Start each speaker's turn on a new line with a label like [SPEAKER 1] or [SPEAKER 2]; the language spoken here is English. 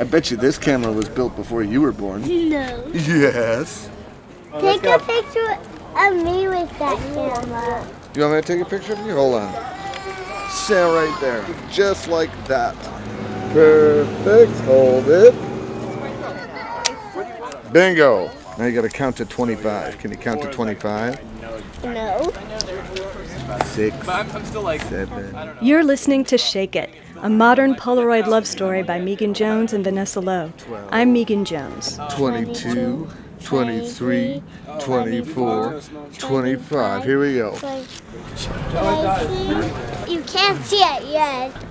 [SPEAKER 1] I bet you this camera was built before you were born.
[SPEAKER 2] No.
[SPEAKER 1] Yes. Oh,
[SPEAKER 2] Take a picture of me with that camera.
[SPEAKER 1] You want me to take a picture of you? Hold on. Stand right there. Just like that. Perfect. Hold it. Bingo. Now you gotta count to 25. Can you count to 25?
[SPEAKER 2] No.
[SPEAKER 1] Six,
[SPEAKER 3] I'm, I'm still like,
[SPEAKER 1] seven.
[SPEAKER 4] You're listening to Shake It, a modern Polaroid love story by Megan Jones and Vanessa Lowe. I'm Megan Jones.
[SPEAKER 1] 22, 23, 24, 25. Here we go.
[SPEAKER 2] Like, can I see? You can't see it yet.